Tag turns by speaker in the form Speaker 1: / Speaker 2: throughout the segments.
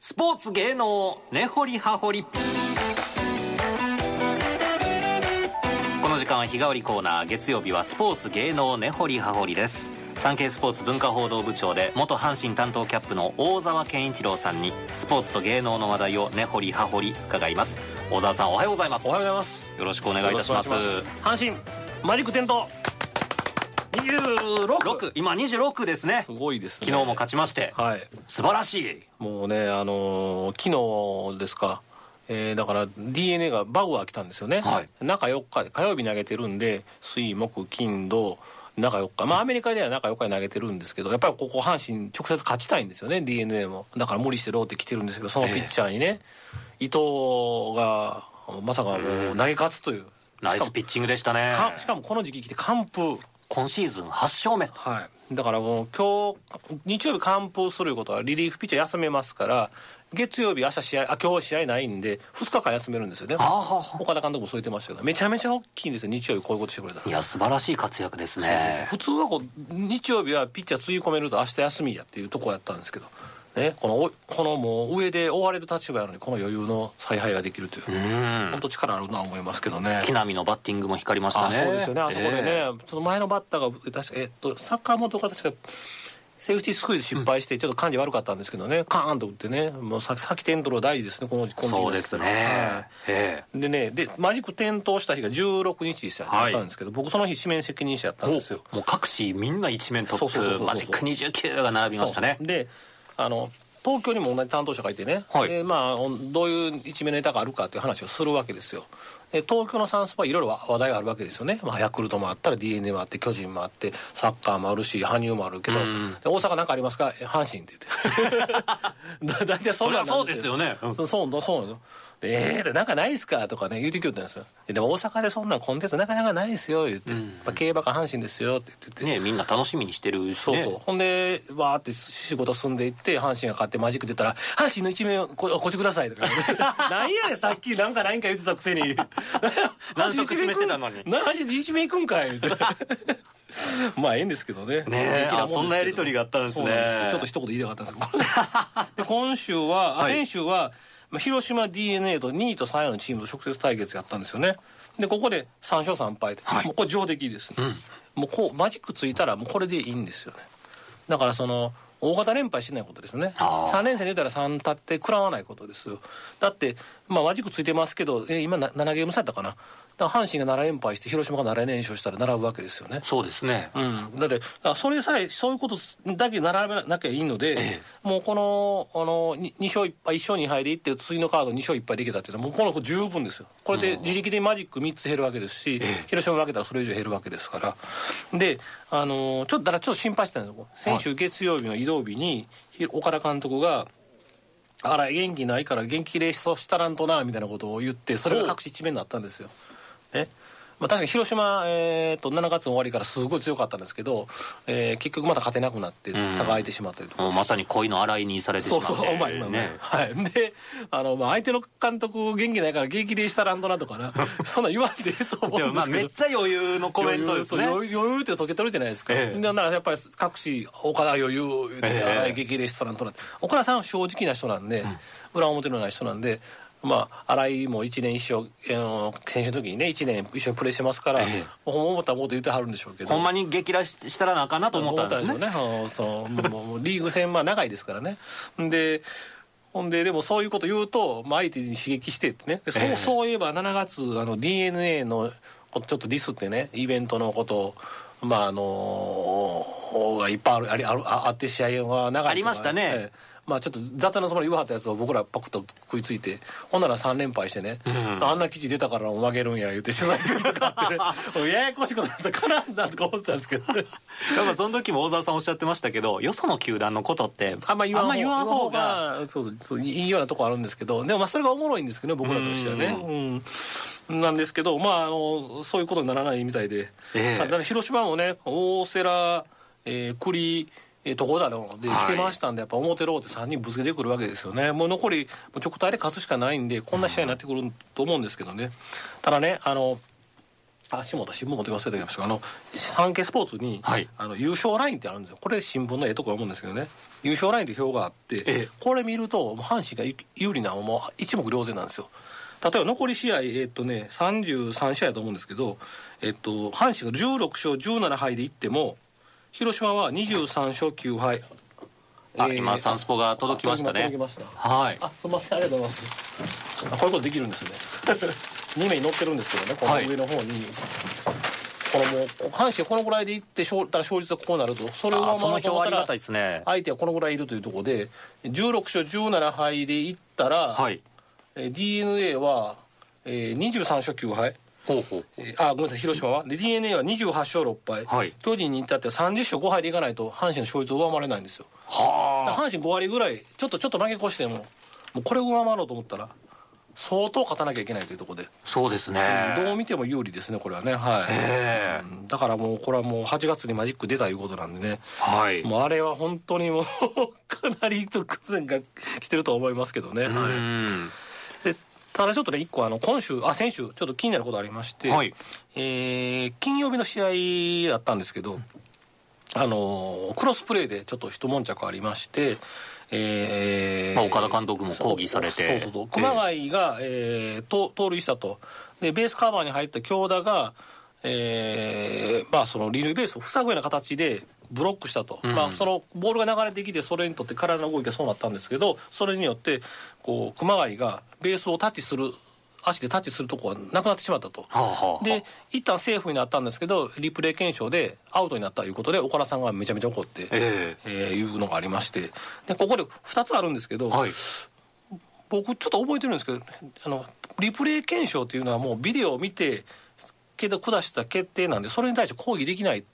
Speaker 1: スポーツ芸能根掘り葉掘りこの時間は日替わりコーナー月曜日はスポーツ芸能根掘り葉掘りです産経スポーツ文化報道部長で元阪神担当キャップの大沢健一郎さんにスポーツと芸能の話題を根掘り葉掘り伺います大沢さんおはようございます
Speaker 2: おはようご
Speaker 1: よ
Speaker 2: ざいます。
Speaker 1: ろしくお願いいたします
Speaker 2: よろくお願いします阪神マジック点灯。二十六。
Speaker 1: 6今26ですね
Speaker 2: すごいですね。
Speaker 1: 昨日も勝ちまして、
Speaker 2: はい。
Speaker 1: 素晴らしい
Speaker 2: もうねあのー昨日ですか。えーだから DNA がバウアー来たんですよね、
Speaker 1: はい
Speaker 2: 中4日で火曜日投げてるんで水木金土中4日まあアメリカでは中4日で投げてるんですけどやっぱりここ阪神直接勝ちたいんですよね DNA もだから無理してローテ来てるんですけどそのピッチャーにね、伊藤がまさかもう投げ勝つという
Speaker 1: ナイ
Speaker 2: しかも
Speaker 1: スピッチングでしたね
Speaker 2: かしかもこの時期来て完封
Speaker 1: 今シーズン8勝目
Speaker 2: はい、だからもう今日日曜日完封するいうことはリリーフピッチャー休めますから月曜日明日試合あ今日試合ないんで2日間休めるんですよね
Speaker 1: あはは
Speaker 2: 岡田監督もそう言ってましたけどめちゃめちゃ大きいんですよ日曜日こういうことしてくれたら
Speaker 1: いや素晴らしい活躍ですね
Speaker 2: 普通はこう日曜日はピッチャーつぎ込めると明日休みやっていうとこやったんですけど、ね、このおこのもう上で追われる立場やのにこの余裕の采配ができるという、
Speaker 1: うん
Speaker 2: 本当力あるなと思いますけどね
Speaker 1: 木浪のバッティングも光りました
Speaker 2: あ
Speaker 1: ね
Speaker 2: そうですよね、あそこでね、
Speaker 1: ええ
Speaker 2: その前のバッターが、確かえっと、サッカー元が確か、セーフティースクイズ失敗して、ちょっと感じ悪かったんですけどね、カーンと打ってね、もうさ先点取るの大事ですね、このこの時期
Speaker 1: そうですね、
Speaker 2: はい
Speaker 1: え
Speaker 2: でね、でマジック点灯した日が16日でした
Speaker 1: はい
Speaker 2: ったんですけど、僕、その日、指名責任者やった
Speaker 1: え
Speaker 2: んですよ。
Speaker 1: おもう各紙みんな一面ト
Speaker 2: そうそうそうそう
Speaker 1: ッ
Speaker 2: そ
Speaker 1: プ
Speaker 2: う
Speaker 1: マジック29が並びましたね
Speaker 2: そうであの東京にも同じ担当者がいてね、
Speaker 1: はい
Speaker 2: でまあ、どういう一面ネタがあるかという話をするわけですよ。で東京のサンスポはいろいろわ話題があるわけですよね、まあ、ヤクルトもあったら d n a もあって巨人もあってサッカーもあるし羽生もあるけど、で大阪なんかありますかえ阪神って 言ってだ大体そんなんなん
Speaker 1: そりゃそうですよねうん
Speaker 2: そうそうそうなんですよでええー、なんかないっすかとかね言うてきよったんですよででも大阪でそんなコンテンツなかなかないっすよ言って、やっぱ競馬か阪神ですよって言ってて、
Speaker 1: ねえみんな楽しみにしてるし
Speaker 2: そう
Speaker 1: ね
Speaker 2: そう、ほんでわーって仕事進んでいって阪神が勝ってマジック出たら「阪神の一面をここっちください」と か「なんやねんさっきなんかないんか言ってたくせに
Speaker 1: 難色示してたのに
Speaker 2: 阪神一面行く んかい」言うてまあええんですけど
Speaker 1: ねえ
Speaker 2: ね平気もですけど
Speaker 1: あそんなやりとりがあったんですね
Speaker 2: そうなんよちょっと一言言いたかったんですけどで今週は、あ
Speaker 1: はい
Speaker 2: 先週はまあ広島 d n a と2位と3位のチームと直接対決やったんですよねでここで3勝3敗で、もうこれ上出来ですね、もうこうマジックついたらもうこれでいいんですよねだからその大型連敗してないことですよね
Speaker 1: あー
Speaker 2: 3連戦出たら3立って食らわないことですよだって、まあ、マジックついてますけど、えー今な7ゲーム差やったかなだから阪神が7連敗して広島が7連勝したら並ぶわけですよね
Speaker 1: そうですね、
Speaker 2: うん、だってあそれさえそういうことだけ並べなきゃいいので、もうこのあの 2, 勝1敗1勝2敗でいって次のカード2勝1敗できたっていうのはもうこの子十分ですよこれで自力でマジック3つ減るわけですし、広島負けたらそれ以上減るわけですからであのちょっとだからちょっと心配してたんですよ先週月曜日の移動日にひ岡田監督が「あら元気ないから元気レースをしたらんとな」みたいなことを言ってそれが各紙一面になったんですよ。ねまあ、確かに広島、えー、と7月の終わりからすごい強かったんですけど、えー結局また勝てなくなって差が開いてしまったりとか、
Speaker 1: もうまさに恋の洗いにされてしま
Speaker 2: そう
Speaker 1: って
Speaker 2: そうお前今ね
Speaker 1: ね
Speaker 2: はいであの、まあ、相手の監督元気ないから元気でしたらんとなと かなそんなん言わんでええと思
Speaker 1: で
Speaker 2: う
Speaker 1: も
Speaker 2: んで
Speaker 1: まあ
Speaker 2: すけど
Speaker 1: めっちゃ余裕のコメントですね
Speaker 2: 余裕と余裕って溶けてるじゃないですか、
Speaker 1: ええ
Speaker 2: だからやっぱり各紙岡田余裕言うて、
Speaker 1: ええ
Speaker 2: 荒井激励しそうなんとなって岡田さんは正直な人なんで、裏表のない人なんでまあ、新井も1年一生、えー、選手の時にね1年一緒にプレーしてますから、
Speaker 1: え
Speaker 2: 思ったこと言ってはるんでしょうけど
Speaker 1: ほんまに激らしたらなあかんなと思ったんですね
Speaker 2: 思ったんですよね。うんそうもうもうリーグ戦まあ長いですからね。で。ほんででもそういうこと言うと、まあ、相手に刺激してってねでそう,、
Speaker 1: ええ
Speaker 2: そういえば7月あの d n a のこちょっとディスってねイベントのことをまああのがいっぱいあるありあるああって試合が長いとか
Speaker 1: ありましたね
Speaker 2: ええまあちょっと雑なつもり言わはったやつを僕らパクッと食いついてほんなら3連敗してね、あんな記事出たから負けるんや言うて取材料とかあって、 ね、ややこしいことになったからなんだとか思ってたんですけどね
Speaker 1: やっぱその時も大沢さんおっしゃってましたけどよその球団のことって
Speaker 2: あんま言わん
Speaker 1: あんま言わん方が
Speaker 2: 言わん方がそうそうそういいようなとこあるんですけどでもまあそれがおもろいんですけどね僕らとしてはねうんなんですけどまああのそういうことにならないみたいで、
Speaker 1: ええ
Speaker 2: ただ広島もね大瀬良、えー栗えーとこだろうで
Speaker 1: はい
Speaker 2: 来てましたんで、やっぱ表ローって3人ぶつけてくるわけですよね、もう残り、直体で勝つしかないんで、こんな試合になってくると思うんですけどね、ただね、あのあ下田新聞持って忘れてきましたあの産経スポーツに、
Speaker 1: はい
Speaker 2: あの優勝ラインってあるんですよこれ新聞のええとこ読むんですけどね優勝ラインって表があって、
Speaker 1: ええ
Speaker 2: これ見るともう阪神が有有利なのはもう一目瞭然なんですよ例えば残り試合、えっとね、33試合だと思うんですけど、えっと、阪神が16勝17敗でいっても広島は23勝9敗
Speaker 1: あ
Speaker 2: えー
Speaker 1: 今サンスポが届きましたね
Speaker 2: あ届きました
Speaker 1: はい
Speaker 2: あすみませんありがとうございますあこういうことできるんですね 2名に乗ってるんですけどねこの
Speaker 1: はい
Speaker 2: 上の方に、このもうこ阪神このぐらいでいって勝たら勝率はこうなるとそれを
Speaker 1: あ
Speaker 2: 上
Speaker 1: その表
Speaker 2: 回った
Speaker 1: ありが
Speaker 2: ら
Speaker 1: たいですね
Speaker 2: 相手はこのぐらいいるというところで16勝17敗でいったら、
Speaker 1: はい
Speaker 2: d n a は、えー、23勝9敗
Speaker 1: ほうほう
Speaker 2: えーあごめんなさい広島はで d n a は28勝6敗、
Speaker 1: はい
Speaker 2: 巨人に至っては30勝5敗でいかないと阪神の勝率を上回れないんですよだ
Speaker 1: は
Speaker 2: から阪神5割ぐらいちょっとちょっと負け越してももうこれを上回ろうと思ったら相当勝たなきゃいけないというところで、
Speaker 1: あそうです
Speaker 2: どう
Speaker 1: ね
Speaker 2: 見ても有利ですねこれはねはい、
Speaker 1: ええ
Speaker 2: うんだからもうこれはもう8月にマジック出たいうことなんでね
Speaker 1: はい
Speaker 2: もうあれは本当にもう かなり苦戦が来てると思いますけどね、
Speaker 1: う
Speaker 2: は
Speaker 1: ん
Speaker 2: い、でただちょっとね一個あの今週あ先週ちょっと気になることありまして、
Speaker 1: はい
Speaker 2: えー金曜日の試合だったんですけど、あのークロスプレーでちょっと一悶着ありまして、えー
Speaker 1: まあ岡田監督も抗議されて
Speaker 2: そうそうそう熊谷が、えーと盗塁したとでベースカバーに入った京田が、えーまあ、その二塁ベースを塞ぐような形でブロックしたと、
Speaker 1: うん
Speaker 2: まあ、そのボールが流れてきてそれにとって体の動きがそうなったんですけどそれによってこう熊谷がベースをタッチする足でタッチするとこがなくなってしまったと。
Speaker 1: はあはあ
Speaker 2: で一旦セーフになったんですけどリプレイ検証でアウトになったということで岡田さんがめちゃめちゃ怒って、
Speaker 1: ええ
Speaker 2: えーいうのがありましてでここで2つあるんですけど、
Speaker 1: はい
Speaker 2: 僕ちょっと覚えてるんですけどあのリプレイ検証というのはもうビデオを見てけど下した決定なんでそれに対して抗議できない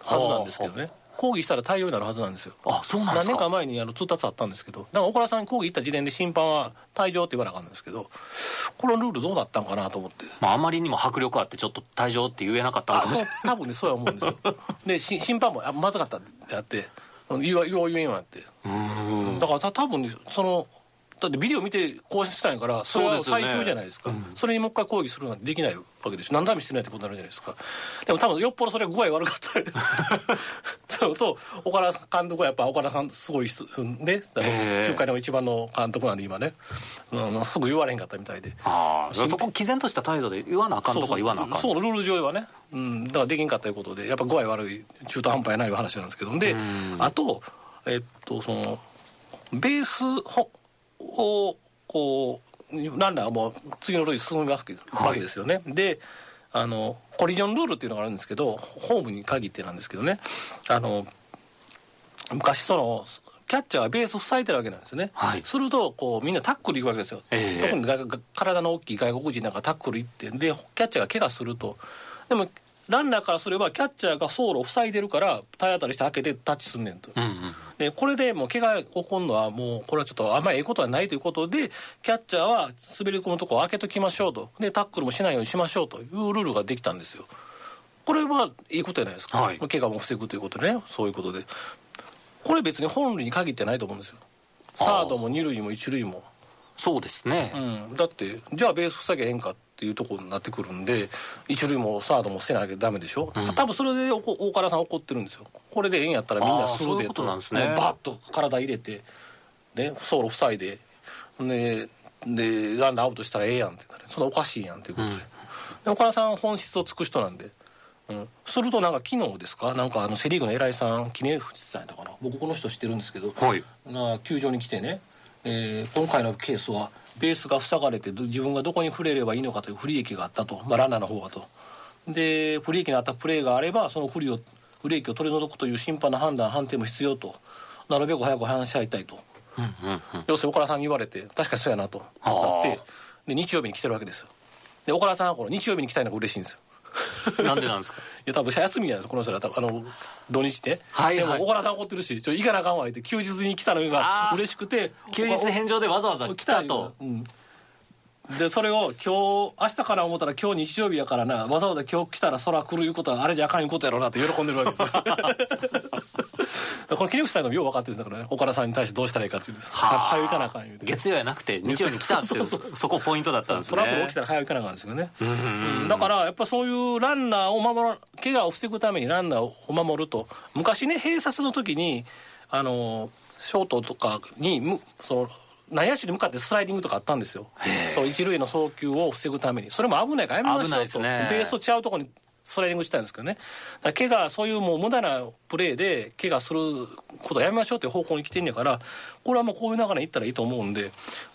Speaker 2: はずなんですけどね抗議したら対応になるはずなんですよ
Speaker 1: あそうなんで
Speaker 2: 何
Speaker 1: す
Speaker 2: 年か
Speaker 1: か
Speaker 2: 前にあの通達あったんですけどだから岡田さんに抗議行った時点で審判は退場って言わなかったんですけどこのルールどうなったんかなと思って
Speaker 1: まああまりにも迫力あってちょっと退場って言えなかったの
Speaker 2: あ
Speaker 1: かもし
Speaker 2: そ
Speaker 1: れ
Speaker 2: う
Speaker 1: ない
Speaker 2: 多分ねそうや思うんですよでし審判もあまずかったってやって言わ言わ言えんわってだからた多分ねそのだってビデオ見て更新したんやからそれは
Speaker 1: そうですよね
Speaker 2: 最終じゃないですかそれにもう一回抗議するなんてできないわけでしょ何回もしてないってことになるじゃないですかでも多分よっぽどそれ具合悪かった りと岡田監督はやっぱ岡田さんすごい人ねあの
Speaker 1: ええ
Speaker 2: 9回の一番の監督なんで今ね、うん、すぐ言われへんかったみたいで
Speaker 1: ああそこ毅然とした態度で言わなあかんとか言わなあかん
Speaker 2: そうそうルール上はね、うん、だからできんかったということでやっぱ具合悪い中途半端やない話なんですけどであとえっとそのベースほをこうランナーはもう次の塁進みますけど
Speaker 1: はい
Speaker 2: わけですよね、であのコリジョンルールっていうのがあるんですけどホームに限ってなんですけどねあの昔そのキャッチャーはベースを塞いでるわけなんですよね、
Speaker 1: はい
Speaker 2: するとこうみんなタックル行くわけですよ、
Speaker 1: ええ
Speaker 2: 特に外国体の大きい外国人なんかタックル行ってでキャッチャーが怪我するとでもランナーからすればキャッチャーが走路を塞いでるから体当たりして開けてタッチすんねんと、
Speaker 1: うんうん
Speaker 2: でこれでもう怪我起こるのはもうこれはちょっとあんまりええことはないということでキャッチャーは滑り込むとこを開けときましょうとでタックルもしないようにしましょうというルールができたんですよこれはいいことじゃないですか、
Speaker 1: はい
Speaker 2: 怪我も防ぐということでねそういうことでこれ別に本塁に限ってないと思うんですよサードも二塁も一塁も
Speaker 1: そうですね、
Speaker 2: うん、だってじゃあベース塞げへんかっていうところになってくるんで一塁もサードも捨てなきゃダメでしょ、多分それでおこ大原さん怒ってるんですよこれでええんやったらみん
Speaker 1: あー
Speaker 2: なスルー
Speaker 1: そうい
Speaker 2: で
Speaker 1: うこと
Speaker 2: と
Speaker 1: なんですね
Speaker 2: もうバッと体入れてね走路塞いでででランナーアウトしたらええやんってなるそんなおかしいやんっていうことで,、で岡田さん本質を尽く人なんで。うん、するとなんか昨日ですかなんかあのセ・リーグの偉いさん杵淵さんやったかな僕この人知ってるんですけど、
Speaker 1: はい
Speaker 2: な球場に来てね、えー今回のケースはベースが塞がれてど自分がどこに触れればいいのかという不利益があったと、まあ、ランナーの方がとで不利益のあったプレーがあればその不利を不利益を取り除くという審判の判断判定も必要となるべく早く話し合いたいと、
Speaker 1: うんうん
Speaker 2: 要するに岡田さんに言われて確かにそうやなと
Speaker 1: あー
Speaker 2: なってで日曜日に来てるわけですよで岡田さんはこの日曜日に来たいのが嬉しいんですよ
Speaker 1: なんでなん ですか
Speaker 2: いや多分休みじゃないですかこの人ら多分あの土日で、
Speaker 1: はいはい
Speaker 2: でも小原さん怒ってるしちょ行かなあかんわ言って休日に来たのが
Speaker 1: あー
Speaker 2: 嬉しくて
Speaker 1: 休日返上でわざわざ来たと、
Speaker 2: うんでそれを今日明日から思ったら今日日曜日やか らなわざわざ今日来たら空来るいうことはあれじゃあかんいうことやろうなって喜んでるわけですよこの木内さんのよう分かってるんだからね岡田さんに対してどうしたらいいかっていうんです
Speaker 1: はあ
Speaker 2: 早く行かなあかん言うて
Speaker 1: 月曜やなくて日曜に来たっていう
Speaker 2: そうそう
Speaker 1: そこポイントだったんです
Speaker 2: ト
Speaker 1: ね
Speaker 2: ラブル起きたら早く行かなあかんですよね、うんだからやっぱりそういうランナーを守ら怪我を防ぐためにランナーを守ると昔ね閉鎖の時にあのショートとかにむその内野手に向かってスライディングとかあったんですよそう一塁の送球を防ぐためにそれも危ないからやめまし
Speaker 1: 危ない
Speaker 2: ょう
Speaker 1: です
Speaker 2: と、
Speaker 1: ね
Speaker 2: ベースと違うところにスライディングしたんですけどねだから怪我そういうもう無駄なプレーで怪我することやめましょうっていう方向に来てんやからこれはもうこういう流れにいったらいいと思うんで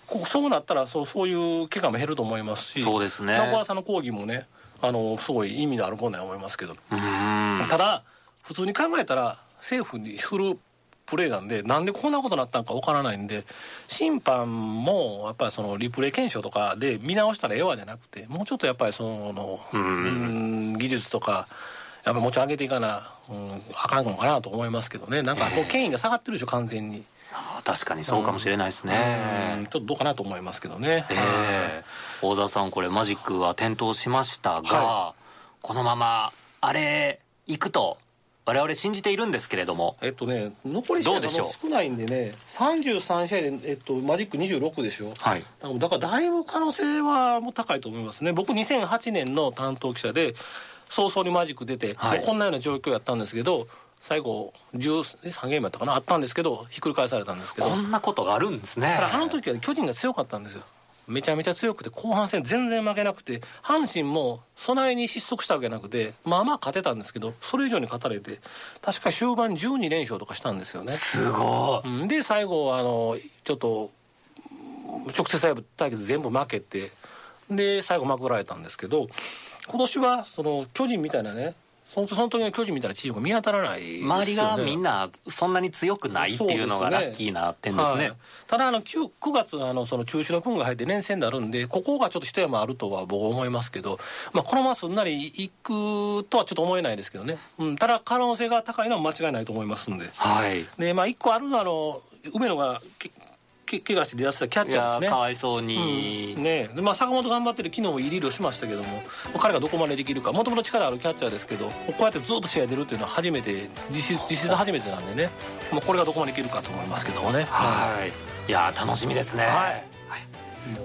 Speaker 2: こそうなったらそうそういう怪我も減ると思いますし
Speaker 1: そうですね
Speaker 2: 中村さんの講義もねあのすごい意味のあるもんだと思いますけど、
Speaker 1: うん
Speaker 2: ただ普通に考えたら政府にするプレーなんでなんでこんなことになったのかわからないんで審判もやっぱりそのリプレイ検証とかで見直したらええわじゃなくてもうちょっとやっぱりその、うん技術とかやっぱり持ち上げていかな、うん、あかんのかなと思いますけどねなんかこう権威が下がってるでしょ完全に、
Speaker 1: あー確かにそうかもしれないですね、
Speaker 2: うんちょっとどうかなと思いますけどね、
Speaker 1: ええ大沢さんこれマジックは点灯しましたが、
Speaker 2: は
Speaker 1: このままあれ行くと我々信じているんですけれども
Speaker 2: えっとね残り試合
Speaker 1: ど
Speaker 2: が
Speaker 1: うでしょう
Speaker 2: もう少ないんでね33試合で、えっと、マジック26でしょ
Speaker 1: はい
Speaker 2: だからだからだいぶ可能性はもう高いと思いますね僕2008年の担当記者で早々にマジック出て、
Speaker 1: はい
Speaker 2: もうこんなような状況やったんですけど最後13ゲームやったかなあったんですけどひっくり返されたんですけど
Speaker 1: こんなことがあるんですね
Speaker 2: ただあの時は巨人が強かったんですよめちゃめちゃ強くて後半戦全然負けなくて阪神も備えに失速したわけじゃなくてまあまあ勝てたんですけどそれ以上に勝たれて確か終盤12連勝とかしたんですよね、
Speaker 1: すごい
Speaker 2: うんで最後あのちょっとうん直接対決全部負けてで最後まくられたんですけど今年はその巨人みたいなねそのその時の巨人みたいなチームが見当たらないですよね
Speaker 1: 周りがみんなそんなに強くないっていうのが
Speaker 2: そ
Speaker 1: ラ
Speaker 2: うですね
Speaker 1: ッキーな点ですね
Speaker 2: はいただあの 9, 9月のあのその中止の分が入って連戦であるんでここがちょっと一山あるとは僕は思いますけど、まあ、このまますんなりいくとはちょっと思えないですけどね、うん、ただ可能性が高いのは間違いないと思いますんで
Speaker 1: はい、い
Speaker 2: で、まあ、1個あるのはあの梅野がけけ怪我して離脱したキャッチャー
Speaker 1: や
Speaker 2: です
Speaker 1: か
Speaker 2: ね
Speaker 1: わいそうに、
Speaker 2: うんねでまあ、坂本頑張ってる昨日もいいリードしましたけども彼がどこまでできるかもともと力あるキャッチャーですけどこうやってずっと試合出るっていうのは初めて実質実質初めてなんでね、まあ、これがどこまでいけるかと思いますけどもね。
Speaker 1: はいいやー楽しみですね、
Speaker 2: はい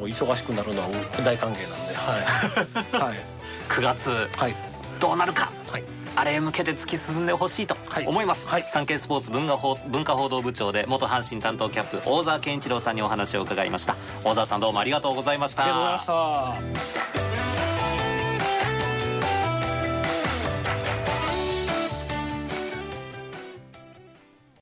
Speaker 2: もう忙しくなるのは大歓迎なんで、はい、 はい、
Speaker 1: 9月
Speaker 2: はい、
Speaker 1: どうなるか
Speaker 2: はい、
Speaker 1: あれへ向けて突き進んでほしいと
Speaker 2: はい
Speaker 1: 思います、
Speaker 2: はい
Speaker 1: 産経スポーツ文化報文化報道部長で元阪神担当キャップ大沢健一郎さんにお話を伺いました大沢さんどうもありがとうございました
Speaker 2: ありがとうございました。